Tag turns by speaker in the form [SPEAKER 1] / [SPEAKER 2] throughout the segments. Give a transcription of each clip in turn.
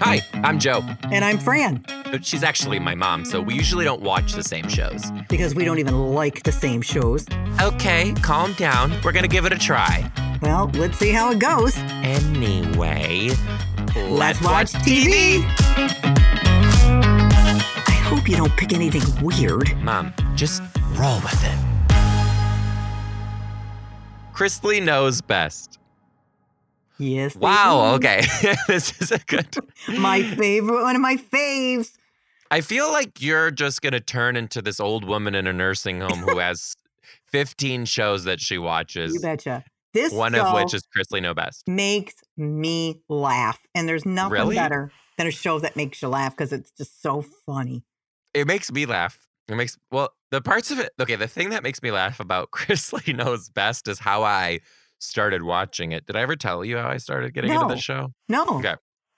[SPEAKER 1] Hi, I'm Joe.
[SPEAKER 2] And I'm Fran,
[SPEAKER 1] But She's actually my mom, so we usually don't watch the same shows.
[SPEAKER 2] because we don't even like the same shows.
[SPEAKER 1] Okay, calm down. We're gonna give it a try.
[SPEAKER 2] Well, let's see how it goes.
[SPEAKER 1] Anyway,
[SPEAKER 2] Let's watch I hope you don't pick anything weird.
[SPEAKER 1] Mom, just roll with it. Chrisley knows best.
[SPEAKER 2] Yes. they
[SPEAKER 1] Wow,
[SPEAKER 2] do.
[SPEAKER 1] okay. this is a good.
[SPEAKER 2] My favorite, one of my faves.
[SPEAKER 1] I feel like you're just going to turn into this old woman in a nursing home who has 15 shows that she watches,
[SPEAKER 2] You betcha. This
[SPEAKER 1] one
[SPEAKER 2] show
[SPEAKER 1] of which is Chrisley Know Best.
[SPEAKER 2] makes me laugh, and there's nothing
[SPEAKER 1] Really?
[SPEAKER 2] better than a show that makes you laugh because it's just so funny.
[SPEAKER 1] It makes me laugh. It makes, well, the parts of it, okay, the thing that makes me laugh about Chrisley Knows Best is how I started watching it. Did I ever tell you how I started getting into
[SPEAKER 2] No.
[SPEAKER 1] the show?
[SPEAKER 2] No,
[SPEAKER 1] Okay.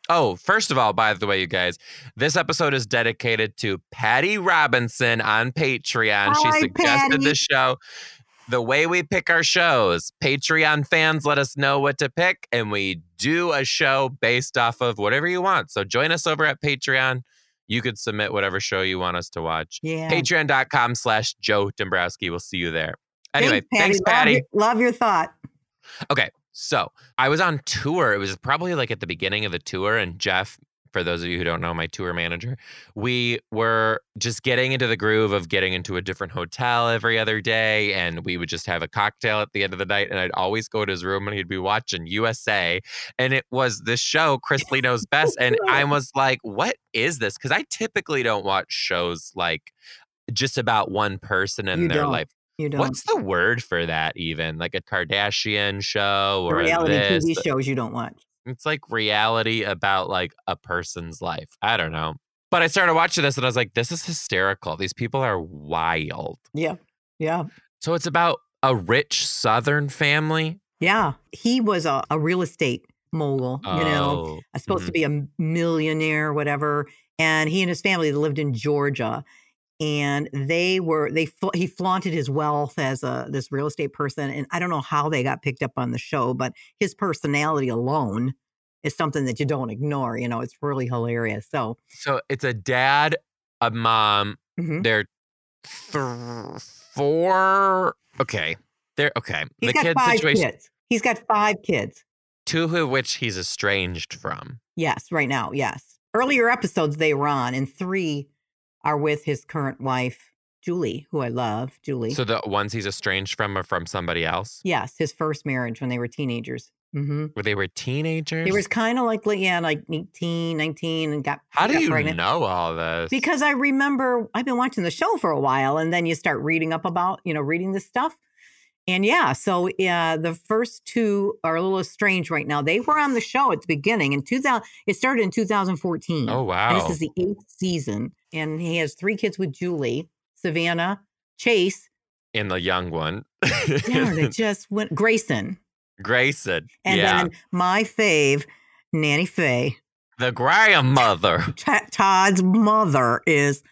[SPEAKER 1] Oh, first of all, by the way, you guys, this episode is dedicated to Patty Robinson on Patreon.
[SPEAKER 2] Hi,
[SPEAKER 1] she suggested
[SPEAKER 2] Patty.
[SPEAKER 1] this show. The way we pick our shows, Patreon fans let us know what to pick, and we do a show based off of whatever you want. So join us over at Patreon. You could submit whatever show you want us to watch.
[SPEAKER 2] yeah.
[SPEAKER 1] Patreon.com slash Joe Dombrowski. We'll see you there. Anyway, thanks,
[SPEAKER 2] Love
[SPEAKER 1] Patty.
[SPEAKER 2] your- Love, your thought.
[SPEAKER 1] Okay. So I was on tour. It was probably like at the beginning of the tour. And Jeff, for those of you who don't know, my tour manager, we were just getting into the groove of getting into a different hotel every other day. And we would just have a cocktail at the end of the night. And I'd always go to his room and he'd be watching USA. And it was this show, Chris Lee Knows Best. And I was like, what is this? Because I typically don't watch shows like just about one person and
[SPEAKER 2] You
[SPEAKER 1] their
[SPEAKER 2] don't.
[SPEAKER 1] life.
[SPEAKER 2] You don't.
[SPEAKER 1] What's the word for that even? Like a Kardashian show
[SPEAKER 2] the
[SPEAKER 1] or a
[SPEAKER 2] reality
[SPEAKER 1] this.
[SPEAKER 2] TV shows you don't watch?
[SPEAKER 1] It's like reality about like a person's life. I don't know. But I started watching this and I was like, this is hysterical. These people are wild.
[SPEAKER 2] Yeah, yeah,
[SPEAKER 1] So it's about a rich southern family.
[SPEAKER 2] yeah. He was a, a real estate mogul. You know,
[SPEAKER 1] Oh,
[SPEAKER 2] uh, supposed to be a millionaire, whatever. And he and his family lived in Georgia, and they were they fla- he flaunted his wealth as a this real estate person. And I don't know how they got picked up on the show, but his personality alone is something that you don't ignore. You know, it's really hilarious. So
[SPEAKER 1] So it's a dad, a mom.
[SPEAKER 2] mhm.
[SPEAKER 1] They're th- four. Okay. They're okay.
[SPEAKER 2] he's
[SPEAKER 1] the
[SPEAKER 2] got
[SPEAKER 1] kid
[SPEAKER 2] five
[SPEAKER 1] situation,
[SPEAKER 2] kids. He's got five kids.
[SPEAKER 1] two of which he's estranged from.
[SPEAKER 2] Yes, right now. Yes. Earlier episodes they were on, and three are with his current wife, Julie, who I love. Julie.
[SPEAKER 1] So the ones he's estranged from are from somebody else.
[SPEAKER 2] Yes, his first marriage when they were teenagers. hmm
[SPEAKER 1] Where they were teenagers.
[SPEAKER 2] It was kind of like, like, yeah, like 18, 19, and got.
[SPEAKER 1] How
[SPEAKER 2] she
[SPEAKER 1] do
[SPEAKER 2] got
[SPEAKER 1] you
[SPEAKER 2] pregnant.
[SPEAKER 1] know all this?
[SPEAKER 2] Because I remember I've been watching the show for a while, and then you start reading up about, you know, reading this stuff. And yeah, so yeah, the first two are a little strange right now. They were on the show at the beginning in 2000. It started in 2014.
[SPEAKER 1] oh
[SPEAKER 2] And
[SPEAKER 1] wow,
[SPEAKER 2] this is the eighth season. And he has three kids with Julie, Savannah, Chase.
[SPEAKER 1] in the young one,
[SPEAKER 2] Yeah, they just went Grayson.
[SPEAKER 1] Grayson,
[SPEAKER 2] And
[SPEAKER 1] yeah,
[SPEAKER 2] then my fave, Nanny Faye,
[SPEAKER 1] the grandmother.
[SPEAKER 2] Ta- Todd's mother is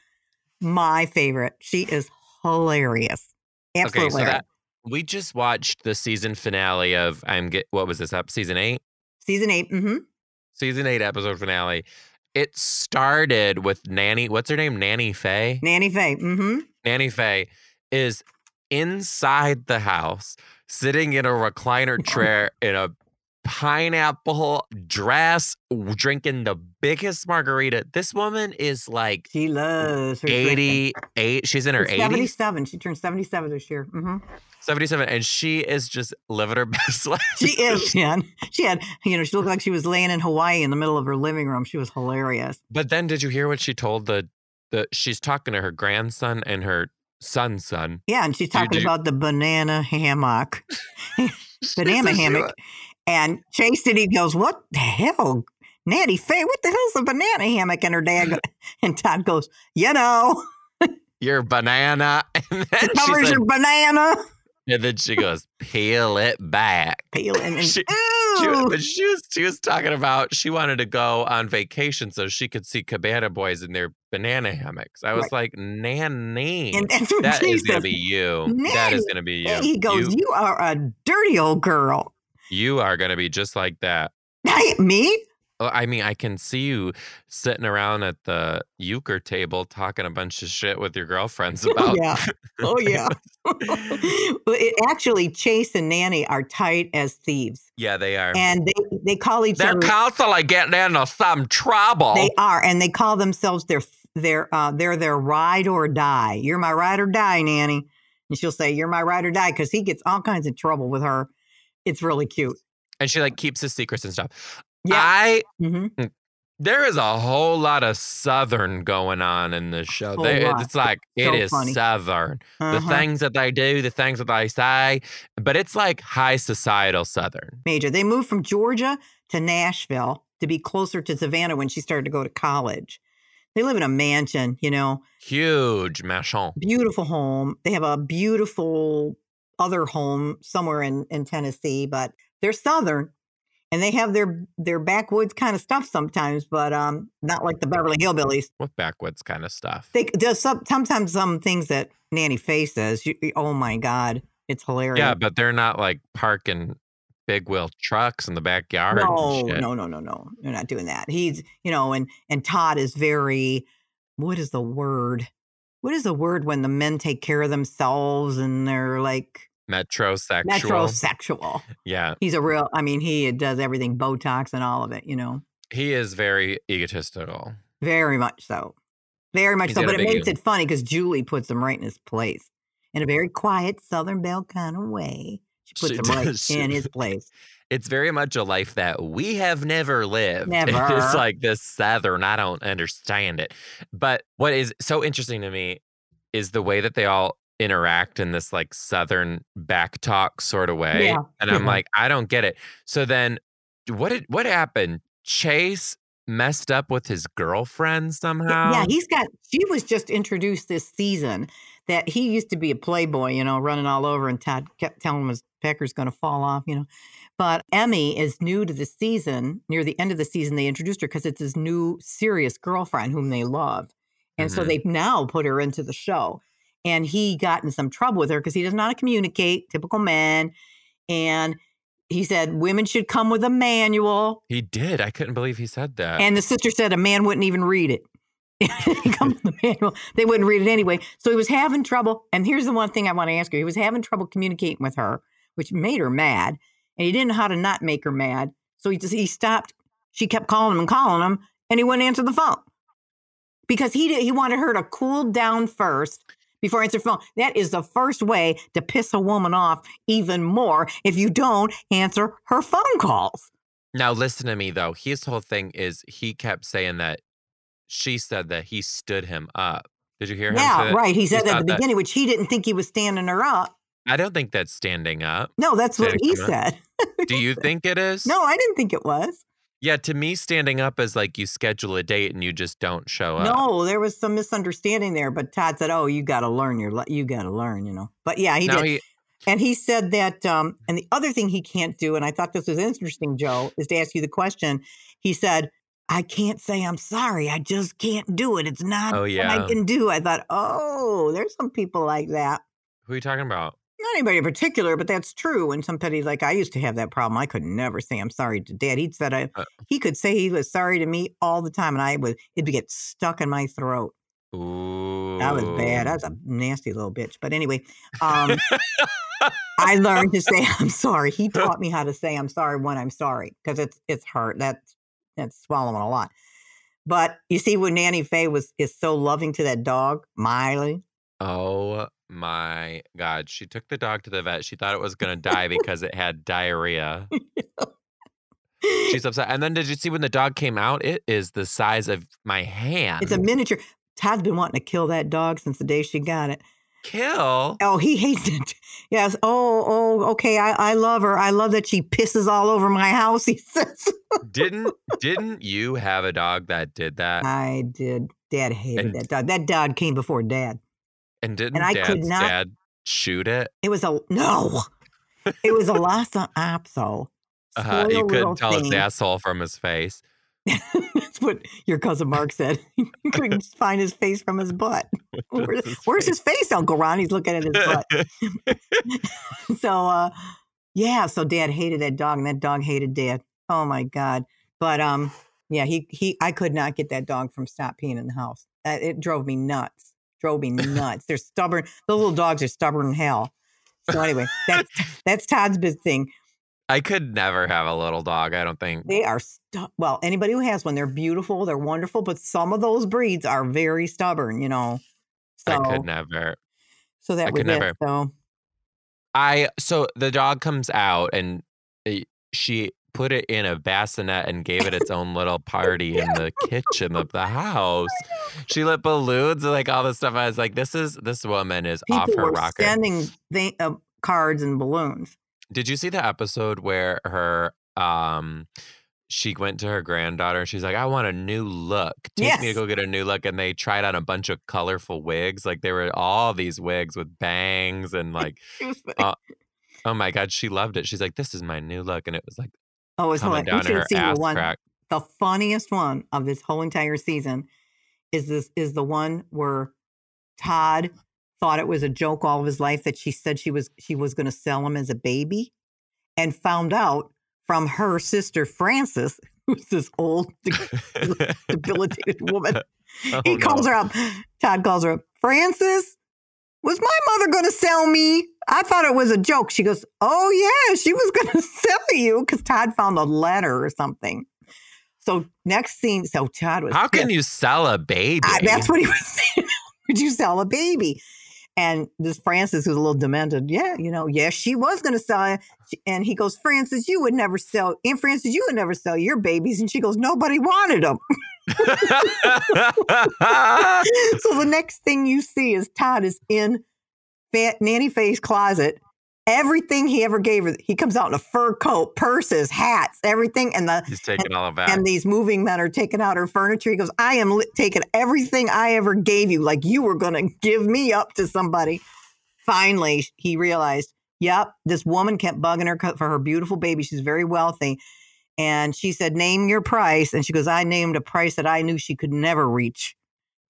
[SPEAKER 2] my favorite. She is hilarious.
[SPEAKER 1] okay,
[SPEAKER 2] Absolutely.
[SPEAKER 1] so that we just watched the season finale of I'm get what was this up season eight,
[SPEAKER 2] Season 8 Mm-hmm.
[SPEAKER 1] season eight episode finale. It started with Nanny. What's her name? Nanny Faye.
[SPEAKER 2] Nanny Faye. Mm-hmm.
[SPEAKER 1] Nanny Faye is inside the house, sitting in a recliner chair in a pineapple dress, w- drinking the biggest margarita. This woman is like
[SPEAKER 2] She loves her. drinking.
[SPEAKER 1] 88. She's in her
[SPEAKER 2] She's
[SPEAKER 1] 80s,
[SPEAKER 2] 77. She turned 77 this year. hmm
[SPEAKER 1] 77, and she is just living her best life.
[SPEAKER 2] She is, man. She had, you know, she looked like she was laying in Hawaii in the middle of her living room. She was hilarious.
[SPEAKER 1] But then did you hear what she told the, the she's talking to her grandson and her son's son.
[SPEAKER 2] Yeah, and she's
[SPEAKER 1] Dude,
[SPEAKER 2] talking
[SPEAKER 1] did you-
[SPEAKER 2] about the banana hammock. banana
[SPEAKER 1] She said she
[SPEAKER 2] hammock. And Chase and he goes, What the hell? Natty Faye, what the hell's a banana hammock? And her dad go, and Todd goes, You know,
[SPEAKER 1] Your banana. And then,
[SPEAKER 2] it
[SPEAKER 1] she
[SPEAKER 2] covers
[SPEAKER 1] said,
[SPEAKER 2] your banana.
[SPEAKER 1] and then she goes, peel it back.
[SPEAKER 2] Peel and, and
[SPEAKER 1] She- She, wa-
[SPEAKER 2] ooh.
[SPEAKER 1] but she was she was talking about she wanted to go on vacation so she could see Cabana Boys in their banana hammocks. I was
[SPEAKER 2] Right.
[SPEAKER 1] like, Nanny,
[SPEAKER 2] and, and from
[SPEAKER 1] that is
[SPEAKER 2] Jesus.
[SPEAKER 1] gonna be you. That is gonna be you.
[SPEAKER 2] he goes,
[SPEAKER 1] you,
[SPEAKER 2] you. are a dirty old girl.
[SPEAKER 1] you are gonna be just like that.
[SPEAKER 2] I, me?
[SPEAKER 1] Oh, I mean, I can see you sitting around at the euchre table talking a bunch of shit with your girlfriends about.
[SPEAKER 2] yeah. Oh yeah. Well, it, actually, Chase and Nanny are tight as thieves,
[SPEAKER 1] Yeah, they are.
[SPEAKER 2] and they they call each
[SPEAKER 1] They're
[SPEAKER 2] other.
[SPEAKER 1] constantly getting into some trouble.
[SPEAKER 2] They are, and they call themselves their their uh, they're their ride or die. You're my ride or die, Nanny, and she'll say, "You're my ride or die," because he gets all kinds of trouble with her. It's really cute.
[SPEAKER 1] and she like keeps his secrets and stuff.
[SPEAKER 2] Yeah.
[SPEAKER 1] I
[SPEAKER 2] hmm
[SPEAKER 1] there is a whole lot of southern going on in this show.
[SPEAKER 2] Whole
[SPEAKER 1] They-
[SPEAKER 2] lot.
[SPEAKER 1] it's like it
[SPEAKER 2] So
[SPEAKER 1] is
[SPEAKER 2] funny.
[SPEAKER 1] southern.
[SPEAKER 2] uh-huh.
[SPEAKER 1] The things that they do, the things that they say, but it's like high societal southern.
[SPEAKER 2] Major. They moved from Georgia to Nashville to be closer to Savannah when she started to go to college. They live in a mansion, you know.
[SPEAKER 1] Huge machon.
[SPEAKER 2] beautiful home. They have a beautiful other home somewhere in, in Tennessee, but they're southern and they have their their backwoods kind of stuff sometimes, but um not like the Beverly Hillbillies.
[SPEAKER 1] With backwoods kind of stuff.
[SPEAKER 2] They does some, sometimes some things that Nanny Faye says. You, you- oh my God, it's hilarious.
[SPEAKER 1] Yeah, but they're not like parking big wheel trucks in the backyard. and
[SPEAKER 2] no,
[SPEAKER 1] shit.
[SPEAKER 2] no, no, no, no. They're not doing that. He's you know, and and Todd is very what is the word? What is the word when the men take care of themselves and they're like
[SPEAKER 1] Metrosexual.
[SPEAKER 2] metrosexual?
[SPEAKER 1] yeah.
[SPEAKER 2] He's a real. I mean, he does everything Botox and all of it. You know,
[SPEAKER 1] He is very egotistical.
[SPEAKER 2] very much so, very much
[SPEAKER 1] He's
[SPEAKER 2] so.
[SPEAKER 1] got a
[SPEAKER 2] But it
[SPEAKER 1] big
[SPEAKER 2] makes
[SPEAKER 1] ego.
[SPEAKER 2] it funny because Julie puts him right in his place in a very quiet Southern Belle kind of way. She puts
[SPEAKER 1] She
[SPEAKER 2] him right
[SPEAKER 1] does.
[SPEAKER 2] in his place.
[SPEAKER 1] It's very much a life that we have never lived. It's
[SPEAKER 2] Never.
[SPEAKER 1] like this Southern. I don't understand it. But what is so interesting to me is the way that they all interact in this like Southern back talk sort of way.
[SPEAKER 2] Yeah, Mm-hmm.
[SPEAKER 1] And I'm
[SPEAKER 2] yeah.
[SPEAKER 1] like, I don't get it. So then what did what happened? Chase messed up with his girlfriend somehow.
[SPEAKER 2] Yeah, he's got. She was just introduced this season that he used to be a playboy, you know, running all over, and Todd kept telling him his pecker's going to fall off, you know. But Emmy is new to the season. Near the end of the season, they introduced her because it's his new serious girlfriend whom they love, and so
[SPEAKER 1] Mhm.
[SPEAKER 2] they've now put her into the show. And he got in some trouble with her because he doesn't know how to communicate, typical man. And he said women should come with a manual.
[SPEAKER 1] He did. I couldn't believe he said that.
[SPEAKER 2] And the sister said a man wouldn't even read it. Come the manual. They wouldn't read it anyway. So he was having trouble. And here's the one thing I want to ask you. He was having trouble communicating with her, which made her mad. And he didn't know how to not make her mad. So he just he stopped. She kept calling him and calling him, and he wouldn't answer the phone. Because he did, he wanted her to cool down first before answer the phone. That is the first way to piss a woman off even more if you don't answer her phone calls.
[SPEAKER 1] now listen to me though. His whole thing is he kept saying that she said that he stood him up. Did you hear him? say
[SPEAKER 2] Yeah,
[SPEAKER 1] that?
[SPEAKER 2] right. He said that
[SPEAKER 1] thought
[SPEAKER 2] at the
[SPEAKER 1] that-
[SPEAKER 2] beginning, which he didn't think he was standing her up.
[SPEAKER 1] I don't think that's standing up.
[SPEAKER 2] No, that's
[SPEAKER 1] Did
[SPEAKER 2] what
[SPEAKER 1] it
[SPEAKER 2] he
[SPEAKER 1] come
[SPEAKER 2] said.
[SPEAKER 1] Do you think it is?
[SPEAKER 2] No, I didn't think it was.
[SPEAKER 1] Yeah, to me, standing up is like you schedule a date and you just don't show up.
[SPEAKER 2] No, there was some misunderstanding there. But Todd said, "Oh, you got to learn your, le- you got to learn," you know. But yeah, he
[SPEAKER 1] Now
[SPEAKER 2] did. and he said that. Um, and the other thing he can't do, and I thought this was interesting, Joe, is to ask you the question. He said, "I can't say I'm sorry. I just can't do it. It's not
[SPEAKER 1] Oh,
[SPEAKER 2] what
[SPEAKER 1] yeah.
[SPEAKER 2] I can do." I thought, "Oh, there's some people like that."
[SPEAKER 1] who are you talking about?
[SPEAKER 2] not anybody in particular, but that's true. When somebody like I used to have that problem, I could never say I'm sorry to dad. He'd said I,
[SPEAKER 1] Uh.
[SPEAKER 2] he could say he was sorry to me all the time, and I would it'd get stuck in my throat.
[SPEAKER 1] Ooh,
[SPEAKER 2] That was bad. I was a nasty little bitch. But anyway, um, I learned to say I'm sorry. He taught me how to say I'm sorry when I'm sorry because it's it's hard. That's that's swallowing a lot. But you see, when Nanny Faye was is so loving to that dog Miley,
[SPEAKER 1] Oh my god, she took the dog to the vet. She thought it was gonna die because it had diarrhea. She's upset. And then did you see when the dog came out? It is the size of my hand.
[SPEAKER 2] It's a miniature. Todd's been wanting to kill that dog since the day she got it.
[SPEAKER 1] kill.
[SPEAKER 2] Oh, he hates it. Yes. Oh, oh, okay. I, I love her. I love that she pisses all over my house. He says.
[SPEAKER 1] didn't didn't you have a dog that did that?
[SPEAKER 2] I did. Dad hated
[SPEAKER 1] And-
[SPEAKER 2] that dog. That dog came before dad.
[SPEAKER 1] and didn't
[SPEAKER 2] I
[SPEAKER 1] dad's
[SPEAKER 2] could not-
[SPEAKER 1] dad shoot it?
[SPEAKER 2] It was a no. It was a Lhasa Apso.
[SPEAKER 1] Uh, you couldn't
[SPEAKER 2] Spoiled little
[SPEAKER 1] tell his
[SPEAKER 2] thing.
[SPEAKER 1] asshole from his face.
[SPEAKER 2] That's what your cousin Mark said. You couldn't find his face from his butt.
[SPEAKER 1] What
[SPEAKER 2] Where-
[SPEAKER 1] does his
[SPEAKER 2] where's
[SPEAKER 1] face-
[SPEAKER 2] his face, Uncle Ron? He's looking at his butt. so uh yeah so dad hated that dog and that dog hated dad oh my god but um Yeah, he he. I could not get that dog from stop peeing in the house. Uh, It drove me nuts. Drove me nuts. They're stubborn. The little dogs are stubborn in hell. So anyway, that's that's Todd's big thing.
[SPEAKER 1] I could never have a little dog. I don't think.
[SPEAKER 2] They are stu- well. Anybody who has one, they're beautiful. They're wonderful. But some of those breeds are very stubborn. You know. So
[SPEAKER 1] I could never.
[SPEAKER 2] so
[SPEAKER 1] I
[SPEAKER 2] that was
[SPEAKER 1] could never.
[SPEAKER 2] it. So
[SPEAKER 1] I so the dog comes out and uh, she put it in a bassinet and gave it its own little party in the kitchen of the house. She lit balloons and like all this stuff. I was like, this is this woman is
[SPEAKER 2] people
[SPEAKER 1] off her
[SPEAKER 2] were
[SPEAKER 1] rocker.
[SPEAKER 2] sending thi- uh, cards and balloons.
[SPEAKER 1] Did you see the episode where her um she went to her granddaughter and she's like, I want a new look. Take me to
[SPEAKER 2] Yes.
[SPEAKER 1] go get a new look. And they tried on a bunch of colorful wigs. Like there were all these wigs with bangs and like,
[SPEAKER 2] It was funny.
[SPEAKER 1] Uh, oh my God, she loved it. She's like, This is my new look. And it was like
[SPEAKER 2] oh, it was
[SPEAKER 1] coming
[SPEAKER 2] hilarious. You
[SPEAKER 1] down in
[SPEAKER 2] should
[SPEAKER 1] her
[SPEAKER 2] have seen the
[SPEAKER 1] ass
[SPEAKER 2] one.
[SPEAKER 1] crack.
[SPEAKER 2] the funniest one of this whole entire season is this is the one where Todd thought it was a joke all of his life that she said she was she was going to sell him as a baby and found out from her sister Frances who's this old de- debilitated woman he
[SPEAKER 1] Oh,
[SPEAKER 2] calls
[SPEAKER 1] no.
[SPEAKER 2] her up Todd calls her up Frances was my mother going to sell me I thought it was a joke she goes oh yeah she was going to sell you cuz Todd found a letter or something so next scene so Todd was
[SPEAKER 1] How
[SPEAKER 2] pissed.
[SPEAKER 1] can you sell a baby?
[SPEAKER 2] I- that's what he was saying. Would you sell a baby? And this Francis, who's a little demented, yeah, you know, yes, she was going to sell it. She- And he goes, Francis, you would never sell. And Francis, you would never sell your babies. And she goes, nobody wanted them. so the next thing you see is Todd is in fat nanny face closet. Everything he ever gave her, he comes out in a fur coat, purses, hats, everything. And the
[SPEAKER 1] He's taking all of that.
[SPEAKER 2] and these moving men are taking out her furniture. He goes, I am li- taking everything I ever gave you, like you were going to give me up to somebody. Finally, he realized, yep, this woman kept bugging her co- for her beautiful baby. She's very wealthy. And she said, Name your price. And she goes, I named a price that I knew she could never reach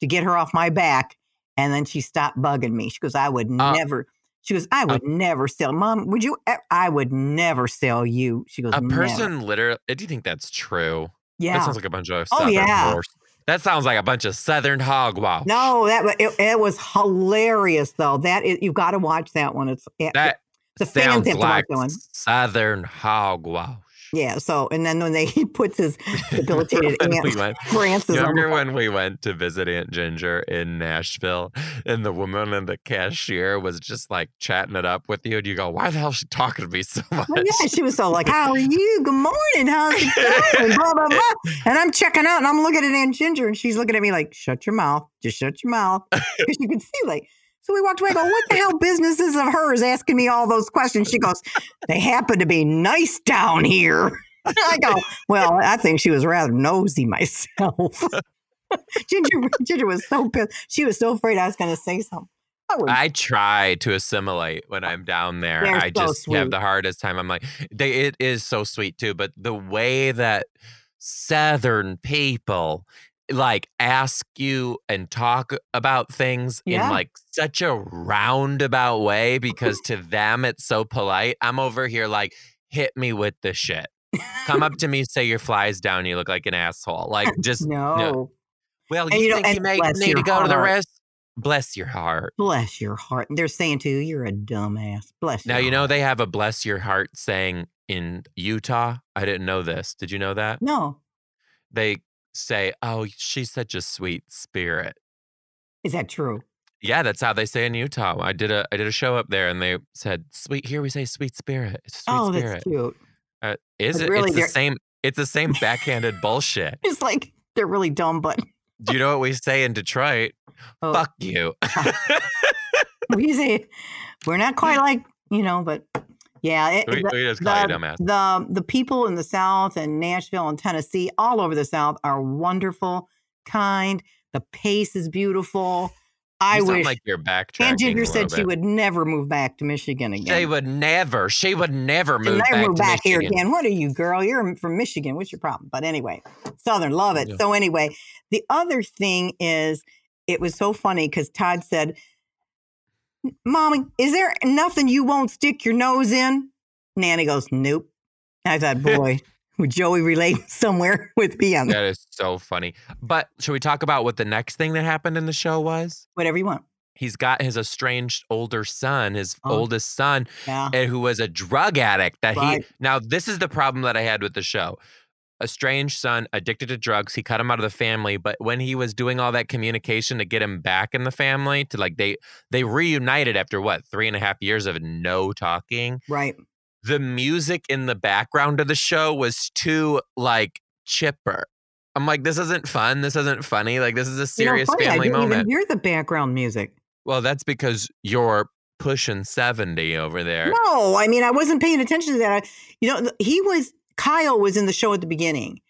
[SPEAKER 2] to get her off my back. And then she stopped bugging me. She goes, I would
[SPEAKER 1] Uh,
[SPEAKER 2] never. She goes, I would never sell. Mom, would you? e- I would never sell you. She goes,
[SPEAKER 1] a
[SPEAKER 2] "Never."
[SPEAKER 1] person literally. Do you think that's true?
[SPEAKER 2] Yeah.
[SPEAKER 1] That sounds like a bunch of
[SPEAKER 2] Oh,
[SPEAKER 1] southern
[SPEAKER 2] yeah.
[SPEAKER 1] horse. That sounds like a bunch of southern hogwash.
[SPEAKER 2] No, that wa- it, it was hilarious though. That is, you got to watch that one. It's it-
[SPEAKER 1] that
[SPEAKER 2] the fans have
[SPEAKER 1] sounds
[SPEAKER 2] to watch
[SPEAKER 1] like
[SPEAKER 2] that one.
[SPEAKER 1] southern hogwash.
[SPEAKER 2] Yeah. So and then when they he puts his debilitated
[SPEAKER 1] When
[SPEAKER 2] aunt
[SPEAKER 1] we went-
[SPEAKER 2] Frances
[SPEAKER 1] You
[SPEAKER 2] on
[SPEAKER 1] remember
[SPEAKER 2] the
[SPEAKER 1] when we went to visit Aunt Ginger in Nashville and the woman in the cashier was just like chatting it up with you and you go, Why the hell is she talking to me so much?
[SPEAKER 2] Oh, yeah, she was so like, "How are you? Good morning. How's it going?" Blah blah blah. And I'm checking out, and I'm looking at Aunt Ginger, and she's looking at me like, "Shut your mouth. Just shut your mouth," because you could see like. So we walked away. I Go, what the hell business is of hers asking me all those questions? She goes, "They happen to be nice down here." I go, "Well, I think she was rather nosy myself." Ginger, Ginger was so pissed. She was so afraid I was going to say something. I was
[SPEAKER 1] I try to assimilate when I'm down there.
[SPEAKER 2] Oh, They're
[SPEAKER 1] I
[SPEAKER 2] so
[SPEAKER 1] just have the
[SPEAKER 2] sweet.
[SPEAKER 1] hardest time. I'm like, they, it is so sweet too, but the way that Southern people like ask you and talk about things
[SPEAKER 2] Yeah.
[SPEAKER 1] in like such a roundabout way because to them it's so polite. I'm over here like, hit me with the shit. Come up to me, say your flies down. You look like an asshole. Like just
[SPEAKER 2] no.
[SPEAKER 1] well,
[SPEAKER 2] And
[SPEAKER 1] you,
[SPEAKER 2] you know-
[SPEAKER 1] think you
[SPEAKER 2] and
[SPEAKER 1] make
[SPEAKER 2] bless
[SPEAKER 1] need to
[SPEAKER 2] your
[SPEAKER 1] go to the
[SPEAKER 2] heart.
[SPEAKER 1] rest. Bless your heart.
[SPEAKER 2] Bless your heart. And they're saying to you, you're a dumbass. Bless
[SPEAKER 1] Now
[SPEAKER 2] your
[SPEAKER 1] you know
[SPEAKER 2] heart.
[SPEAKER 1] they have a bless your heart saying in Utah. I didn't know this. Did you know that?
[SPEAKER 2] No.
[SPEAKER 1] They say, "Oh, she's such a sweet spirit."
[SPEAKER 2] Is that true?
[SPEAKER 1] Yeah, that's how they say in Utah. I did a I did a show up there and they said, "Sweet here we say sweet spirit." It's sweet
[SPEAKER 2] oh,
[SPEAKER 1] spirit.
[SPEAKER 2] that's cute.
[SPEAKER 1] Uh, is
[SPEAKER 2] But
[SPEAKER 1] it
[SPEAKER 2] really
[SPEAKER 1] it's the
[SPEAKER 2] they're-
[SPEAKER 1] same it's the same backhanded bullshit.
[SPEAKER 2] It's like they're really dumb, but
[SPEAKER 1] Do you know what we say in Detroit?
[SPEAKER 2] oh,
[SPEAKER 1] Fuck you.
[SPEAKER 2] we say we're not quite like, you know, but yeah. It,
[SPEAKER 1] we,
[SPEAKER 2] the,
[SPEAKER 1] we just call
[SPEAKER 2] the-
[SPEAKER 1] you dumbass.
[SPEAKER 2] the the people in the South and Nashville and Tennessee, all over the South, are wonderful, kind. The pace is beautiful. I
[SPEAKER 1] you
[SPEAKER 2] wish.
[SPEAKER 1] sound like you're backtracking.
[SPEAKER 2] and
[SPEAKER 1] a
[SPEAKER 2] Ginger
[SPEAKER 1] little
[SPEAKER 2] said she
[SPEAKER 1] bit.
[SPEAKER 2] would never move back to Michigan again.
[SPEAKER 1] She would never. She would never
[SPEAKER 2] And
[SPEAKER 1] move
[SPEAKER 2] they
[SPEAKER 1] back,
[SPEAKER 2] moved
[SPEAKER 1] to
[SPEAKER 2] back here
[SPEAKER 1] Michigan.
[SPEAKER 2] again. What are you, girl? You're from Michigan. What's your problem? But anyway, Southern, love it.
[SPEAKER 1] Yeah.
[SPEAKER 2] So anyway, the other thing is, it was so funny because Todd said, "Mommy, is there nothing you won't stick your nose in?" Nanny goes, "Nope." I thought, boy, with Joey related somewhere with PM.
[SPEAKER 1] That is so funny. But should we talk about what the next thing that happened in the show was?
[SPEAKER 2] Whatever you want.
[SPEAKER 1] He's got his estranged older son, his
[SPEAKER 2] Oh.
[SPEAKER 1] oldest son,
[SPEAKER 2] Yeah.
[SPEAKER 1] and who was a drug addict that
[SPEAKER 2] Right.
[SPEAKER 1] he now this is the problem that i had with the show estranged son addicted to drugs he cut him out of the family but when he was doing all that communication to get him back in the family to like they they reunited after what three and a half years of no talking
[SPEAKER 2] Right.
[SPEAKER 1] the music in the background of the show was too like chipper i'm like this isn't fun this isn't funny like this is a
[SPEAKER 2] You know,
[SPEAKER 1] serious
[SPEAKER 2] funny,
[SPEAKER 1] family
[SPEAKER 2] I didn't
[SPEAKER 1] moment
[SPEAKER 2] even hear the background music.
[SPEAKER 1] well that's because you're pushing 70 over there
[SPEAKER 2] No, I mean I wasn't paying attention to that. I, you know, th- he was Kyle was in the show at the beginning,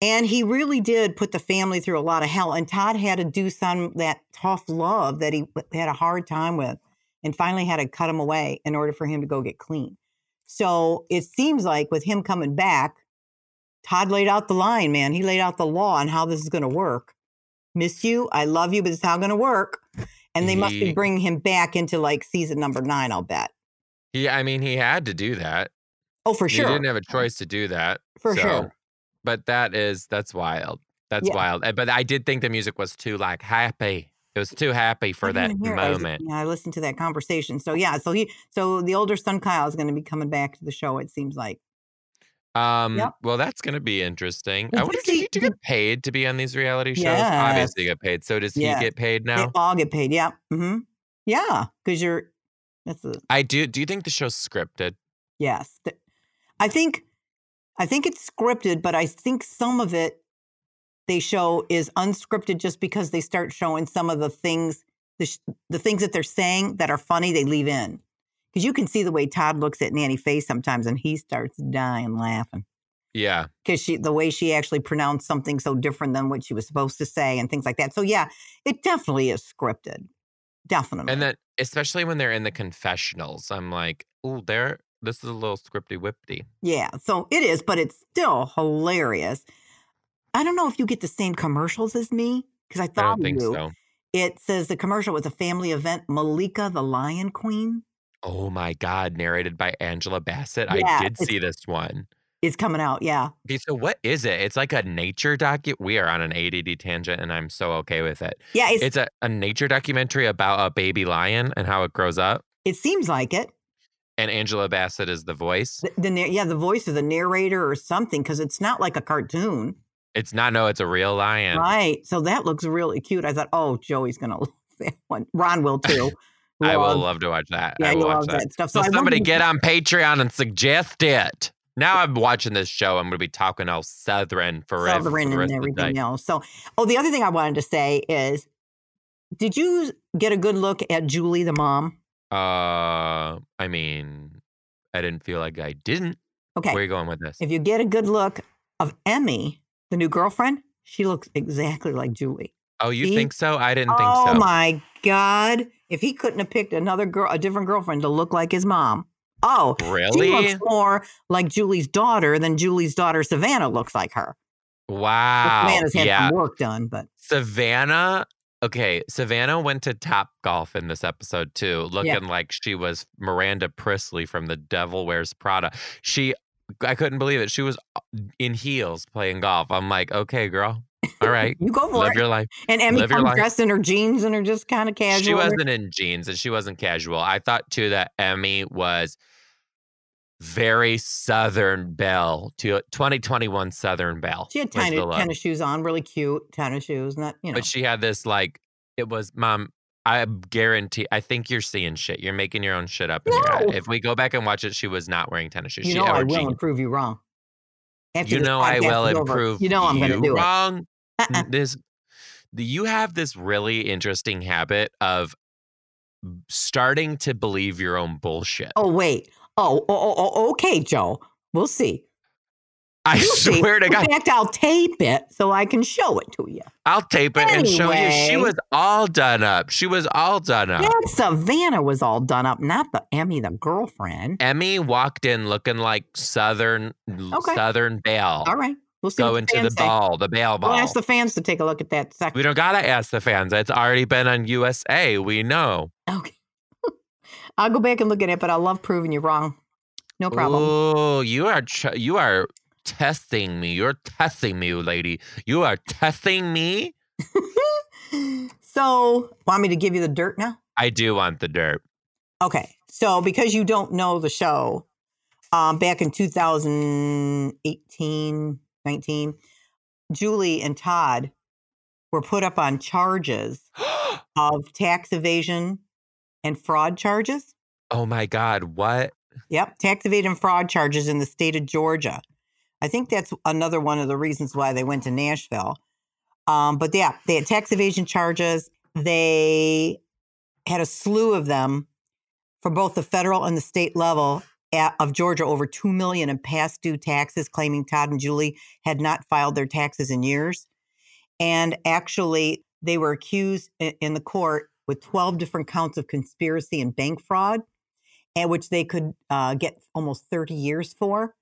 [SPEAKER 2] and he really did put the family through a lot of hell. And Todd had to do some that tough love that he w- had a hard time with, and finally had to cut him away in order for him to go get clean. So it seems like with him coming back, Todd laid out the line, man. He laid out the law on how this is going to work. Miss you, I love you, but it's how going to work. And they must
[SPEAKER 1] He-
[SPEAKER 2] be bringing him back into like season number nine, I'll bet.
[SPEAKER 1] he i mean he had to do that
[SPEAKER 2] Oh, for
[SPEAKER 1] He
[SPEAKER 2] sure.
[SPEAKER 1] didn't have a choice to do that.
[SPEAKER 2] for
[SPEAKER 1] so-
[SPEAKER 2] sure.
[SPEAKER 1] But that is that's wild. That's
[SPEAKER 2] Yeah.
[SPEAKER 1] wild. Uh, But I did think the music was too like happy. It was too happy for
[SPEAKER 2] I
[SPEAKER 1] that
[SPEAKER 2] didn't hear- I was-
[SPEAKER 1] moment.
[SPEAKER 2] yeah, I listened to that conversation. So yeah, so he, so the older son Kyle is going to be coming back to the show. It seems like.
[SPEAKER 1] Um
[SPEAKER 2] Yep.
[SPEAKER 1] well that's gonna be interesting.
[SPEAKER 2] Well,
[SPEAKER 1] I wonder
[SPEAKER 2] does
[SPEAKER 1] if you
[SPEAKER 2] he-
[SPEAKER 1] need to get paid to be on these reality shows. Obviously you get paid. So does
[SPEAKER 2] Yes.
[SPEAKER 1] he get paid
[SPEAKER 2] They
[SPEAKER 1] now?
[SPEAKER 2] all get paid. Yeah. hmm Yeah, because you're. That's a
[SPEAKER 1] I do do you think the show's scripted?
[SPEAKER 2] yes. Th- I think, I think it's scripted, but I think some of it they show is unscripted just because they start showing some of the things the, sh- the things that they're saying that are funny they leave in because you can see the way Todd looks at Nanny Faye sometimes and he starts dying laughing.
[SPEAKER 1] Yeah.
[SPEAKER 2] because she the way she actually pronounced something so different than what she was supposed to say and things like that. So yeah, it definitely is scripted, definitely.
[SPEAKER 1] And then especially when they're in the confessionals, I'm like, oh, they're this is a little scripty whipty.
[SPEAKER 2] yeah, so it is, but it's still hilarious. I don't know if you get the same commercials as me because I
[SPEAKER 1] I
[SPEAKER 2] thought
[SPEAKER 1] don't think
[SPEAKER 2] you.
[SPEAKER 1] so.
[SPEAKER 2] It says the commercial was a family event. Malika the Lion Queen
[SPEAKER 1] Oh my God, narrated by Angela Bassett.
[SPEAKER 2] Yeah,
[SPEAKER 1] I did
[SPEAKER 2] it's-
[SPEAKER 1] see this one.
[SPEAKER 2] is coming out. Yeah,
[SPEAKER 1] Okay, so what is it? It's like a nature docu. We are on an ADD tangent, and I'm so okay with it.
[SPEAKER 2] yeah. It's,
[SPEAKER 1] It's a, a nature documentary about a baby lion and how it grows up,
[SPEAKER 2] it seems like it.
[SPEAKER 1] and Angela Bassett is the voice.
[SPEAKER 2] The, the na- yeah, the voice of the narrator or something because it's not like a cartoon,
[SPEAKER 1] It's not no, it's a real lion.
[SPEAKER 2] right? So that looks really cute. I thought, oh, Joey's gonna love that one. Ron will too.
[SPEAKER 1] I will
[SPEAKER 2] Love
[SPEAKER 1] love to watch that.
[SPEAKER 2] Yeah,
[SPEAKER 1] I
[SPEAKER 2] you
[SPEAKER 1] will
[SPEAKER 2] love
[SPEAKER 1] watch
[SPEAKER 2] that.
[SPEAKER 1] that.
[SPEAKER 2] stuff.
[SPEAKER 1] So
[SPEAKER 2] I
[SPEAKER 1] somebody
[SPEAKER 2] wondered-
[SPEAKER 1] get on Patreon and suggest it. Now I'm watching this show. I'm going to be talking all southern forever. for
[SPEAKER 2] Sovereign
[SPEAKER 1] the rest
[SPEAKER 2] and
[SPEAKER 1] of the
[SPEAKER 2] everything
[SPEAKER 1] day.
[SPEAKER 2] else. So, oh, the other thing I wanted to say is, did you get a good look at Julie, the mom?
[SPEAKER 1] Uh, I mean, I didn't feel like I didn't.
[SPEAKER 2] Okay,
[SPEAKER 1] Where are you going with this?
[SPEAKER 2] if you get a good look of Emmy, the new girlfriend, she looks exactly like Julie.
[SPEAKER 1] Oh, you
[SPEAKER 2] see?
[SPEAKER 1] think so? I didn't think so.
[SPEAKER 2] Oh my god! If he couldn't have picked another girl, a different girlfriend to look like his mom, oh,
[SPEAKER 1] Really?
[SPEAKER 2] she looks more like Julie's daughter than Julie's daughter Savannah looks like her.
[SPEAKER 1] Wow.
[SPEAKER 2] Savannah's had
[SPEAKER 1] yeah.
[SPEAKER 2] some work done, but
[SPEAKER 1] Savannah. Okay. Savannah went to Top Golf in this episode too, looking like she was Miranda Priestley from The Devil Wears Prada. She, I couldn't believe it. She was uh, in heels playing golf. I'm like, okay, girl. All right.
[SPEAKER 2] you go for
[SPEAKER 1] Live
[SPEAKER 2] it.
[SPEAKER 1] your life.
[SPEAKER 2] And Emmy
[SPEAKER 1] Live your
[SPEAKER 2] comes
[SPEAKER 1] life.
[SPEAKER 2] dressed in her jeans and her just kind of casual.
[SPEAKER 1] She wasn't in jeans and she wasn't casual. I thought too that Emmy was very Southern Belle, to 2021 Southern Belle.
[SPEAKER 2] She had
[SPEAKER 1] was the
[SPEAKER 2] tiny
[SPEAKER 1] look.
[SPEAKER 2] tennis shoes on, really cute tennis shoes. Not you know.
[SPEAKER 1] But she had this like it was mom. I guarantee. I think you're seeing shit. You're making your own shit up in your head.
[SPEAKER 2] No.
[SPEAKER 1] If we go back and watch it, she was not wearing tennis shoes.
[SPEAKER 2] you
[SPEAKER 1] she
[SPEAKER 2] know I
[SPEAKER 1] wore
[SPEAKER 2] will
[SPEAKER 1] jeans.
[SPEAKER 2] improve you wrong. After
[SPEAKER 1] You
[SPEAKER 2] this
[SPEAKER 1] know I
[SPEAKER 2] podcast
[SPEAKER 1] will
[SPEAKER 2] is over,
[SPEAKER 1] improve.
[SPEAKER 2] You know I'm going to do it.
[SPEAKER 1] wrong.
[SPEAKER 2] Uh-uh.
[SPEAKER 1] N- This the- you have this really interesting habit of b- starting to believe your own bullshit.
[SPEAKER 2] Oh wait. Oh, oh, oh, oh, okay, Joe. We'll see.
[SPEAKER 1] I
[SPEAKER 2] We'll see.
[SPEAKER 1] swear to
[SPEAKER 2] In
[SPEAKER 1] God,
[SPEAKER 2] fact, I'll tape it so I can show it to you.
[SPEAKER 1] I'll tape it and show you. She
[SPEAKER 2] Anyway.
[SPEAKER 1] was all done up. She was all done up.
[SPEAKER 2] That Savannah was all done up, not the Emmy, the girlfriend.
[SPEAKER 1] Emmy walked in looking like Southern
[SPEAKER 2] Okay.
[SPEAKER 1] Southern Belle.
[SPEAKER 2] All right, we'll see. what
[SPEAKER 1] go into the
[SPEAKER 2] fans say.
[SPEAKER 1] ball, the bail ball.
[SPEAKER 2] We'll ask the fans to take a look at that
[SPEAKER 1] we
[SPEAKER 2] section.
[SPEAKER 1] don't gotta ask the fans. It's already been on USA. We know.
[SPEAKER 2] Okay. I'll go back and look at it, but I love proving you wrong. No problem.
[SPEAKER 1] Ooh, you are tr- you are testing me. You're testing me, lady. You are testing me.
[SPEAKER 2] so, want me to give you the dirt now?
[SPEAKER 1] I do want the dirt.
[SPEAKER 2] Okay. So, because you don't know the show, um, back in 2018, 19, Julie and Todd were put up on charges of tax evasion and fraud charges.
[SPEAKER 1] Oh my God. What?
[SPEAKER 2] Yep, tax evasion and fraud charges in the state of Georgia. I think that's another one of the reasons why they went to Nashville. Um, but yeah, they had tax evasion charges. They had a slew of them for both the federal and the state level at, of Georgia, over two million in past due taxes, claiming Todd and Julie had not filed their taxes in years. And actually, they were accused in, in the court with 12 different counts of conspiracy and bank fraud, and which they could uh, get almost 30 years for.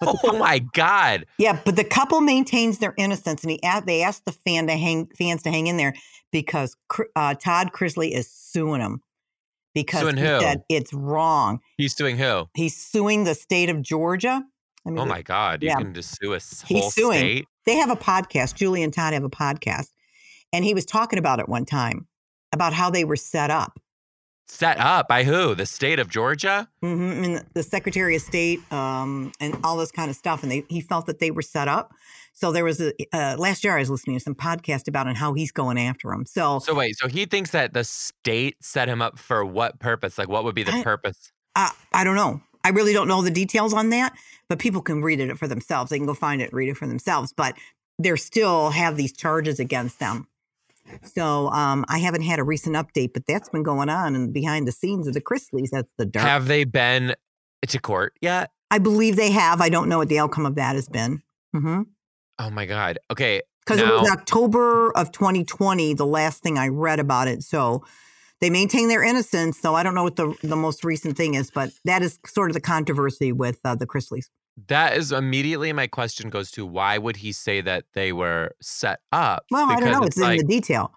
[SPEAKER 1] Oh my God.
[SPEAKER 2] Yeah, but the couple maintains their innocence, and he a- they asked the fan to hang fans to hang in there because Cr- uh, Todd Crisley is suing him because
[SPEAKER 1] Suing
[SPEAKER 2] he
[SPEAKER 1] who?
[SPEAKER 2] said it's wrong.
[SPEAKER 1] He's doing who?
[SPEAKER 2] He's suing the state of Georgia. I mean,
[SPEAKER 1] Oh my God. You
[SPEAKER 2] Yeah.
[SPEAKER 1] can just sue a s-
[SPEAKER 2] He's
[SPEAKER 1] whole
[SPEAKER 2] suing.
[SPEAKER 1] state.
[SPEAKER 2] they have a podcast. Julie and Todd have a podcast, and he was talking about it one time about how they were set up.
[SPEAKER 1] Set up by who? The state of Georgia?
[SPEAKER 2] hmm And the Secretary of State um, and all this kind of stuff. And they, he felt that they were set up. So there was a, uh, last year I was listening to some podcast about and how he's going after him. So
[SPEAKER 1] So wait, so he thinks that the state set him up for what purpose? Like what would be the
[SPEAKER 2] I-
[SPEAKER 1] purpose?
[SPEAKER 2] uh, I don't know. I really don't know the details on that, but people can read it for themselves. They can go find it, and read it for themselves. But they still have these charges against them. So um, I haven't had a recent update, but that's been going on and behind the scenes of the Chrisleys. That's the dirt.
[SPEAKER 1] Have they been to court yet?
[SPEAKER 2] I believe they have. I don't know what the outcome of that has been. Mm-hmm. Because
[SPEAKER 1] Oh my God. Okay.
[SPEAKER 2] it was
[SPEAKER 1] Now-
[SPEAKER 2] October of 2020, the last thing I read about it. So they maintain their innocence. So I don't know what the, the most recent thing is, but that is sort of the controversy with uh, the Chrisleys.
[SPEAKER 1] That is immediately my question goes to why would he say that they were set up?
[SPEAKER 2] Well, I don't know. It's,
[SPEAKER 1] it's like,
[SPEAKER 2] in the detail.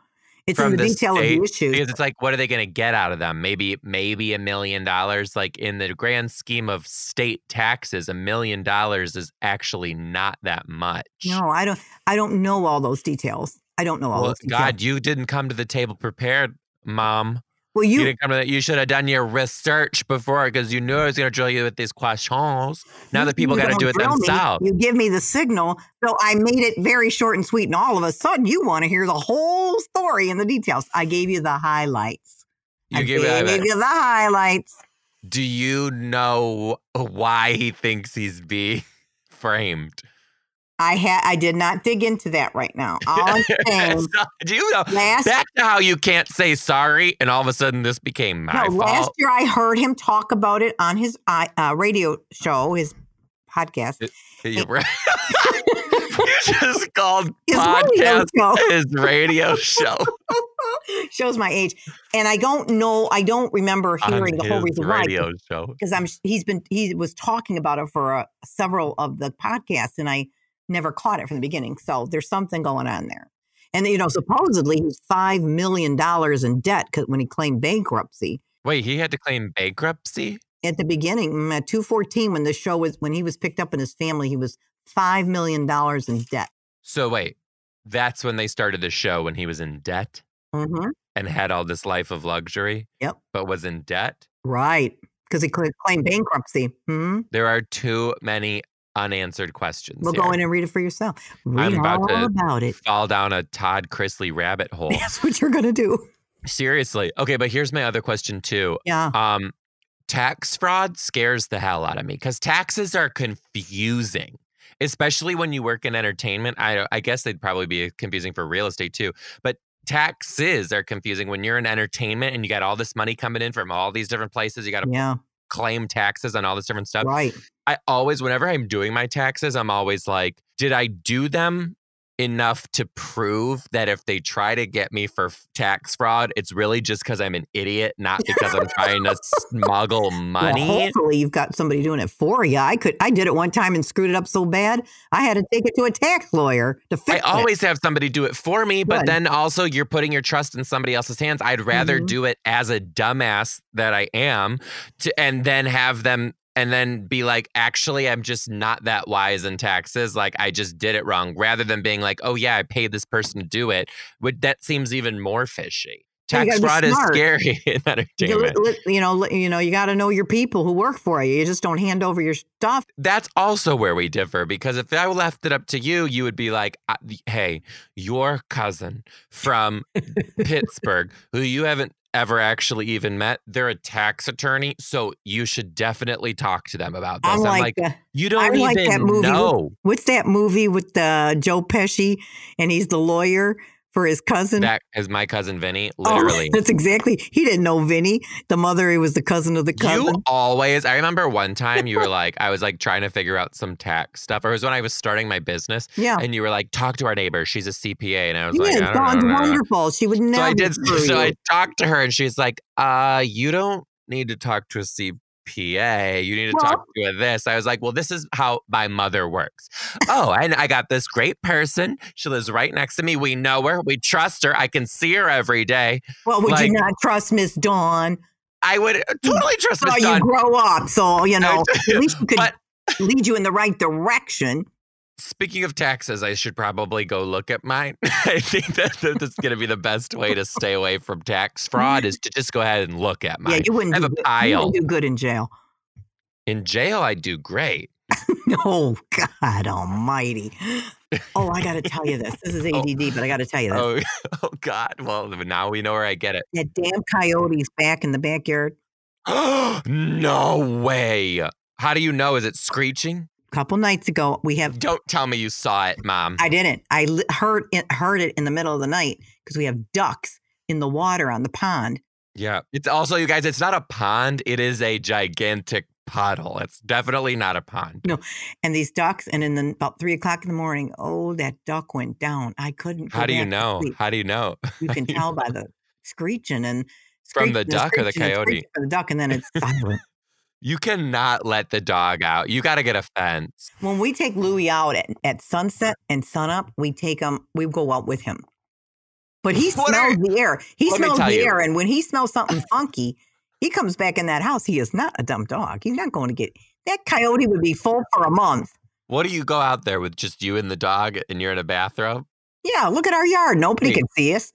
[SPEAKER 2] It's in
[SPEAKER 1] from
[SPEAKER 2] the,
[SPEAKER 1] the
[SPEAKER 2] detail
[SPEAKER 1] state-
[SPEAKER 2] of the issue.
[SPEAKER 1] because it's like, what are they going to get out of them? Maybe, maybe a million dollars. Like in the grand scheme of state taxes, a million dollars is actually not that much.
[SPEAKER 2] No, I don't. I don't know all those details. I don't know all
[SPEAKER 1] Well,
[SPEAKER 2] those details.
[SPEAKER 1] God, you didn't come to the table prepared, Mom.
[SPEAKER 2] well,
[SPEAKER 1] You,
[SPEAKER 2] you
[SPEAKER 1] didn't come to that. You should have done your research before because you knew I was going to drill you with these questions. Now
[SPEAKER 2] you-
[SPEAKER 1] the people
[SPEAKER 2] you
[SPEAKER 1] got to
[SPEAKER 2] don't
[SPEAKER 1] do it
[SPEAKER 2] drill me.
[SPEAKER 1] themselves.
[SPEAKER 2] You give me the signal, so I made it very short and sweet. And all of a sudden, you want to hear the whole story and the details. I gave you the highlights.
[SPEAKER 1] You
[SPEAKER 2] I
[SPEAKER 1] gave me that-
[SPEAKER 2] you the highlights.
[SPEAKER 1] Do you know why he thinks he's being framed?
[SPEAKER 2] I had. I did not dig into that right now. All I'm saying.
[SPEAKER 1] So, Do you know?
[SPEAKER 2] Um, Last
[SPEAKER 1] That's how you can't say sorry, and all of a sudden this became my
[SPEAKER 2] no,
[SPEAKER 1] fault.
[SPEAKER 2] last year I heard him talk about it on his uh, uh, radio show, his podcast.
[SPEAKER 1] You're right. you just called
[SPEAKER 2] His radio
[SPEAKER 1] podcast
[SPEAKER 2] show.
[SPEAKER 1] his radio show.
[SPEAKER 2] shows my age. And I don't know, I don't remember
[SPEAKER 1] on
[SPEAKER 2] hearing the whole
[SPEAKER 1] his
[SPEAKER 2] reason
[SPEAKER 1] radio
[SPEAKER 2] why.
[SPEAKER 1] show.
[SPEAKER 2] Because I'm he's been he was talking about it for uh, several of the podcasts, and I never caught it from the beginning. So there's something going on there. And you know, supposedly he's five million dollars in debt 'cause- when he claimed bankruptcy
[SPEAKER 1] Wait, he had to claim bankruptcy?
[SPEAKER 2] at the beginning mm, at 214 when the show was when he was picked up in his family, he was five million dollars in debt.
[SPEAKER 1] So wait, that's when they started the show when he was in debt
[SPEAKER 2] hmm
[SPEAKER 1] and had all this life of luxury.
[SPEAKER 2] Yep.
[SPEAKER 1] But was in debt.
[SPEAKER 2] Right, because he cl- claimed bankruptcy. hmm
[SPEAKER 1] There are too many unanswered questions.
[SPEAKER 2] We'll
[SPEAKER 1] here.
[SPEAKER 2] go in and read it for yourself. Read
[SPEAKER 1] I'm about
[SPEAKER 2] all
[SPEAKER 1] to-
[SPEAKER 2] about it.
[SPEAKER 1] fall down a Todd Chrisley rabbit hole.
[SPEAKER 2] That's what you're gonna do.
[SPEAKER 1] Seriously. Okay, but here's my other question too.
[SPEAKER 2] Yeah.
[SPEAKER 1] Um, tax fraud scares the hell out of me because taxes are confusing. Especially when you work in entertainment, I, I guess they'd probably be confusing for real estate too. But taxes are confusing when you're in entertainment and you got all this money coming in from all these different places. You got to
[SPEAKER 2] Yeah.
[SPEAKER 1] claim taxes on all this different stuff.
[SPEAKER 2] Right.
[SPEAKER 1] I always, whenever I'm doing my taxes, I'm always like, did I do them enough to prove that if they try to get me for f- tax fraud, it's really just because I'm an idiot, not because I'm trying to smuggle
[SPEAKER 2] Well,
[SPEAKER 1] money?
[SPEAKER 2] hopefully you've got somebody doing it for you. I could I did it one time and screwed it up so bad I had to take it to a tax lawyer to
[SPEAKER 1] I
[SPEAKER 2] fix it.
[SPEAKER 1] always have somebody do it for me, but
[SPEAKER 2] Good.
[SPEAKER 1] then also you're putting your trust in somebody else's hands. I'd rather
[SPEAKER 2] Mhm.
[SPEAKER 1] do it as a dumbass that I am to, and then have them and then be like, actually, I'm just not that wise in taxes. Like, I just did it wrong. Rather than being like, oh, yeah, I paid this person to do it, would that seems even more fishy.
[SPEAKER 2] Yeah, you
[SPEAKER 1] Tax
[SPEAKER 2] gotta be
[SPEAKER 1] fraud is
[SPEAKER 2] smart.
[SPEAKER 1] scary in
[SPEAKER 2] You,
[SPEAKER 1] entertainment.
[SPEAKER 2] li- li- you know, li- you know, you got to know your people who work for you. You just don't hand over your stuff.
[SPEAKER 1] That's also where we differ because if I left it up to you, you would be like, "I- hey, your cousin from Pittsburgh, who you haven't ever actually even met, they're a tax attorney. So you should definitely talk to them about this.
[SPEAKER 2] I'm like, uh,
[SPEAKER 1] you don't
[SPEAKER 2] I'm like
[SPEAKER 1] even
[SPEAKER 2] that movie.
[SPEAKER 1] know.
[SPEAKER 2] what's that movie with uh, Joe Pesci and he's the lawyer for his cousin?
[SPEAKER 1] That is my cousin Vinny,
[SPEAKER 2] Oh,
[SPEAKER 1] literally.
[SPEAKER 2] that's exactly. He didn't know Vinny, the mother. He was the cousin of the cousin.
[SPEAKER 1] You always, I remember one time you were like, I was like trying to figure out some tax stuff. Or it was when I was starting my business
[SPEAKER 2] yeah.
[SPEAKER 1] and you were like, talk to our neighbor. She's a CPA. And I was
[SPEAKER 2] She
[SPEAKER 1] like,
[SPEAKER 2] Oh. is.
[SPEAKER 1] I don't
[SPEAKER 2] Dawn's
[SPEAKER 1] know, I don't know.
[SPEAKER 2] wonderful. She would never.
[SPEAKER 1] So I did.
[SPEAKER 2] screw
[SPEAKER 1] So I
[SPEAKER 2] you.
[SPEAKER 1] talked to her, and she's like, "Uh, you don't need to talk to a CPA. You need to talk to a this." I was like, "Well, this is how my mother works." oh, and I got this great person. She lives right next to me. We know her. We trust her. I can see her every day.
[SPEAKER 2] well, would
[SPEAKER 1] like-
[SPEAKER 2] you not trust Miss Dawn?
[SPEAKER 1] I would uh, totally trust
[SPEAKER 2] Well,
[SPEAKER 1] Miss
[SPEAKER 2] Hmm. you
[SPEAKER 1] Dawn.
[SPEAKER 2] grow up, so you know at least you could
[SPEAKER 1] But-
[SPEAKER 2] lead you in the right direction.
[SPEAKER 1] Speaking of taxes, I should probably go look at mine. I think that that- that's going to be the best way to stay away from tax fraud is to just go ahead and look at mine.
[SPEAKER 2] yeah, you wouldn't
[SPEAKER 1] I
[SPEAKER 2] do
[SPEAKER 1] have a
[SPEAKER 2] good. You
[SPEAKER 1] pile.
[SPEAKER 2] wouldn't do good in jail.
[SPEAKER 1] In jail, I do great.
[SPEAKER 2] Oh God Almighty! Oh, I got to tell you this. This is
[SPEAKER 1] Oh.
[SPEAKER 2] ADD, but I got to tell you this.
[SPEAKER 1] Oh, oh God. Well, now we know where I get it.
[SPEAKER 2] That damn coyote's back in the backyard.
[SPEAKER 1] no way. How do you know? Is it screeching?
[SPEAKER 2] A couple nights ago, we have
[SPEAKER 1] Don't tell me you saw it, Mom.
[SPEAKER 2] I didn't. I li- heard it, heard it in the middle of the night because we have ducks in the water on the pond.
[SPEAKER 1] yeah. It's also, you guys, it's not a pond. It is a gigantic puddle. It's definitely not a pond.
[SPEAKER 2] And these ducks, and in the, about three o'clock in the morning, oh, that duck went down. I couldn't. go
[SPEAKER 1] How do you
[SPEAKER 2] back to
[SPEAKER 1] know?
[SPEAKER 2] sleep.
[SPEAKER 1] How do you know?
[SPEAKER 2] You can tell by the screeching and
[SPEAKER 1] From the
[SPEAKER 2] screeching and
[SPEAKER 1] duck or the
[SPEAKER 2] screeching and
[SPEAKER 1] coyote?
[SPEAKER 2] screeching for the duck, and then it's silent.
[SPEAKER 1] You cannot let the dog out. You got to get a fence.
[SPEAKER 2] when we take Louis out at, at sunset and sunup, we take him. We go out with him, but he
[SPEAKER 1] What are-
[SPEAKER 2] smells the air. He
[SPEAKER 1] Let me
[SPEAKER 2] smells
[SPEAKER 1] tell
[SPEAKER 2] the
[SPEAKER 1] you.
[SPEAKER 2] air, and when he smells something funky, he comes back in that house. He is not a dumb dog. He's not going to get that coyote would be full for a month.
[SPEAKER 1] What do you go out there with just you and the dog and you're in a bathrobe?
[SPEAKER 2] Yeah, look at our yard. Nobody
[SPEAKER 1] Hey,
[SPEAKER 2] can see us.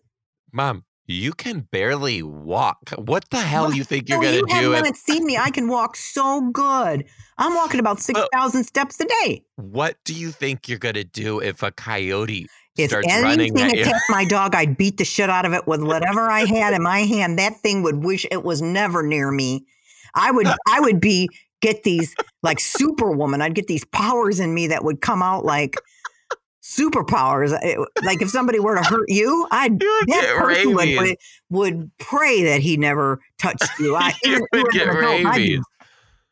[SPEAKER 1] Mom, you can barely walk. What the hell
[SPEAKER 2] Well,
[SPEAKER 1] you think you're
[SPEAKER 2] No,
[SPEAKER 1] going
[SPEAKER 2] Oh, you
[SPEAKER 1] to do?
[SPEAKER 2] haven't
[SPEAKER 1] at-
[SPEAKER 2] seen me. I can walk so good. I'm walking about six thousand steps a day.
[SPEAKER 1] What do you think you're going to do if a coyote
[SPEAKER 2] If
[SPEAKER 1] starts running
[SPEAKER 2] anything
[SPEAKER 1] at you?
[SPEAKER 2] attacked my dog, I'd beat the shit out of it with whatever I had in my hand. That thing would wish it was never near me. I would I would be get these like superwoman. I'd get these powers in me that would come out like superpowers. It- like if somebody were to hurt you, I'd
[SPEAKER 1] You would
[SPEAKER 2] that
[SPEAKER 1] get
[SPEAKER 2] person would,
[SPEAKER 1] rabies.
[SPEAKER 2] would would pray that he never touched you. I
[SPEAKER 1] You
[SPEAKER 2] even-
[SPEAKER 1] would
[SPEAKER 2] even
[SPEAKER 1] get
[SPEAKER 2] as an adult, I'd be
[SPEAKER 1] rabies.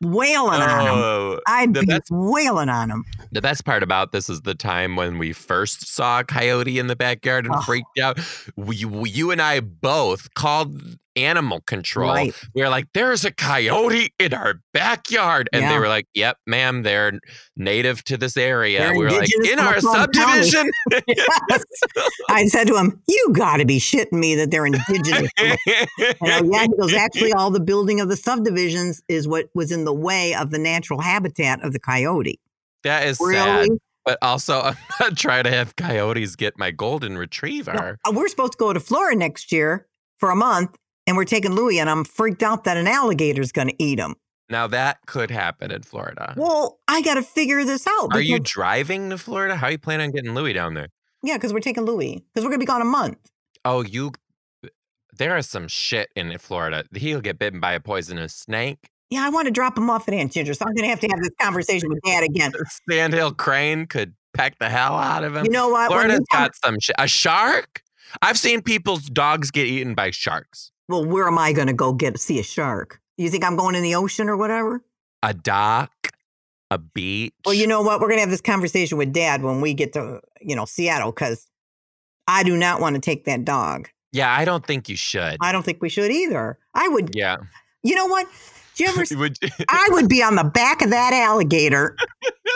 [SPEAKER 2] Wailing on him.
[SPEAKER 1] Oh.
[SPEAKER 2] I'd
[SPEAKER 1] the
[SPEAKER 2] be
[SPEAKER 1] best-
[SPEAKER 2] wailing on him.
[SPEAKER 1] The best part about this is the time when we first saw a coyote in the backyard and
[SPEAKER 2] Oh.
[SPEAKER 1] freaked out. We, we- you and I both called animal control.
[SPEAKER 2] Right.
[SPEAKER 1] We were like, there's a coyote in our backyard. And they
[SPEAKER 2] Yeah.
[SPEAKER 1] were like, yep, ma'am, they're native to this area.
[SPEAKER 2] They're
[SPEAKER 1] we were like,
[SPEAKER 2] indigenous
[SPEAKER 1] in
[SPEAKER 2] to
[SPEAKER 1] our
[SPEAKER 2] Macomb County."
[SPEAKER 1] subdivision.
[SPEAKER 2] Yes. I said to him, "You got to be shitting me that they're indigenous." I'm like, you know, yeah, he goes. Actually, all the building of the subdivisions is what was in the way of the natural habitat of the coyote.
[SPEAKER 1] that is sad.
[SPEAKER 2] Really?
[SPEAKER 1] But also, I'm not trying to have coyotes get my golden retriever.
[SPEAKER 2] Uh, We're supposed to go to Florida next year for a month, and we're taking Louis, and I'm freaked out that an alligator's going to eat him.
[SPEAKER 1] Now, that could happen in Florida.
[SPEAKER 2] Well, I got to figure this out.
[SPEAKER 1] Are you
[SPEAKER 2] because-
[SPEAKER 1] driving to Florida? How are you planning on getting Louis down there?
[SPEAKER 2] Yeah, because we're taking Louis because we're going to be gone a month.
[SPEAKER 1] Oh, you. There is some shit in Florida. He'll get bitten by a poisonous snake.
[SPEAKER 2] Yeah, I want to drop him off at Aunt Ginger, so I'm going to have to have this conversation with Dad again.
[SPEAKER 1] A Sandhill crane could peck the hell out of him.
[SPEAKER 2] You know what? When
[SPEAKER 1] Florida's
[SPEAKER 2] we come-
[SPEAKER 1] got some shit. A shark? I've seen people's dogs get eaten by sharks.
[SPEAKER 2] well, where am I going to go get see a shark? You think I'm going in the ocean or whatever?
[SPEAKER 1] A dock, a beach.
[SPEAKER 2] Well, you know what? We're going to have this conversation with dad when we get to, you know, Seattle because I do not want to take that dog.
[SPEAKER 1] Yeah, I don't think you should.
[SPEAKER 2] I don't think we should either. I would,
[SPEAKER 1] yeah.
[SPEAKER 2] you know what? Do you ever,
[SPEAKER 1] Would you-
[SPEAKER 2] I would be on the back of that alligator.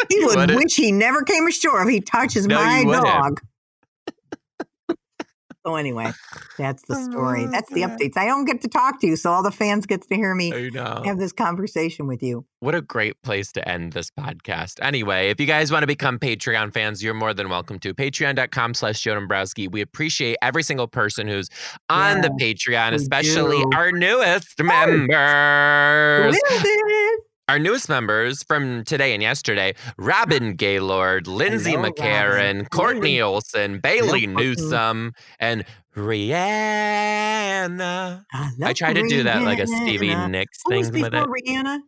[SPEAKER 2] He
[SPEAKER 1] You
[SPEAKER 2] would
[SPEAKER 1] wouldn't.
[SPEAKER 2] wish he never came ashore if he touches
[SPEAKER 1] No,
[SPEAKER 2] my
[SPEAKER 1] you wouldn't.
[SPEAKER 2] dog. So anyway, that's the
[SPEAKER 1] Oh,
[SPEAKER 2] story. That's the updates. I don't get to talk to you, so all the fans gets to hear me
[SPEAKER 1] I know.
[SPEAKER 2] have this conversation with you.
[SPEAKER 1] What a great place to end this podcast. Anyway, if you guys want to become Patreon fans, you're more than welcome to. Patreon.com slash Joe Dombrowski. We appreciate every single person who's on the Patreon,
[SPEAKER 2] we
[SPEAKER 1] especially
[SPEAKER 2] do.
[SPEAKER 1] our newest members.
[SPEAKER 2] Little bit.
[SPEAKER 1] Our newest members from today and yesterday, Robin Gaylord, Lindsay
[SPEAKER 2] Hello,
[SPEAKER 1] McCarran,
[SPEAKER 2] Robin.
[SPEAKER 1] Courtney Olson, Bailey
[SPEAKER 2] Courtney.
[SPEAKER 1] Newsom, and Rihanna.
[SPEAKER 2] love
[SPEAKER 1] I tried to do that like a Stevie
[SPEAKER 2] Rihanna.
[SPEAKER 1] Nicks
[SPEAKER 2] Who was
[SPEAKER 1] thing with it.
[SPEAKER 2] before Rihanna?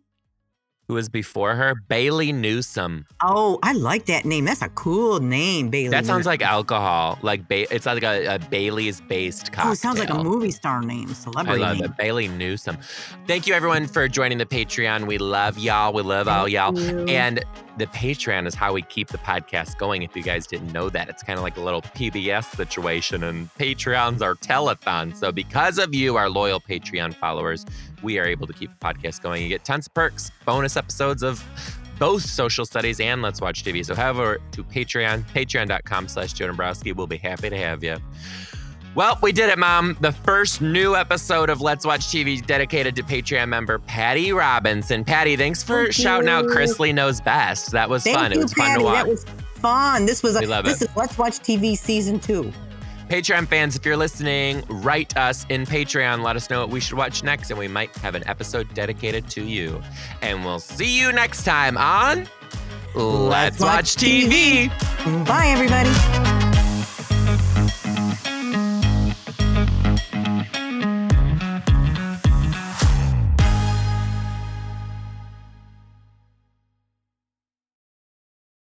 [SPEAKER 1] Who was before her? Bailey Newsom.
[SPEAKER 2] Oh, I like that name. That's a cool name, Bailey.
[SPEAKER 1] That sounds
[SPEAKER 2] Newsom.
[SPEAKER 1] like alcohol. Like ba- it's like a, a Bailey's based cocktail.
[SPEAKER 2] Oh, it sounds like a movie star name,
[SPEAKER 1] I
[SPEAKER 2] celebrity
[SPEAKER 1] love
[SPEAKER 2] name.
[SPEAKER 1] it. Bailey Newsom. Thank you everyone for joining the Patreon. We love y'all. We love all y'all. And the Patreon is how we keep the podcast going. If you guys didn't know that, it's kind of like a little PBS situation, and Patreon's our telethon. So, because of you, our loyal Patreon followers, we are able to keep the podcast going. You get tons of perks, bonus episodes of both social studies and Let's Watch TV. So, head over to Patreon, patreon.com slash Joe Dombrowski. We'll be happy to have you. Well, we did it, Mom. The first new episode of Let's Watch TV is dedicated to Patreon member Patty Robinson. Patty, thanks for
[SPEAKER 2] Thank
[SPEAKER 1] shouting out
[SPEAKER 2] you.
[SPEAKER 1] Chris Lee Knows Best. That was
[SPEAKER 2] Thank
[SPEAKER 1] fun.
[SPEAKER 2] you,
[SPEAKER 1] it was fun
[SPEAKER 2] Patty.
[SPEAKER 1] to watch.
[SPEAKER 2] That was fun. This was a,
[SPEAKER 1] We love
[SPEAKER 2] this is is Let's Watch TV season two.
[SPEAKER 1] Patreon fans, if you're listening, write us in Patreon. Let us know what we should watch next, and we might have an episode dedicated to you. And we'll see you next time on Let's,
[SPEAKER 2] Let's
[SPEAKER 1] Watch,
[SPEAKER 2] Watch
[SPEAKER 1] TV.
[SPEAKER 2] Bye, everybody.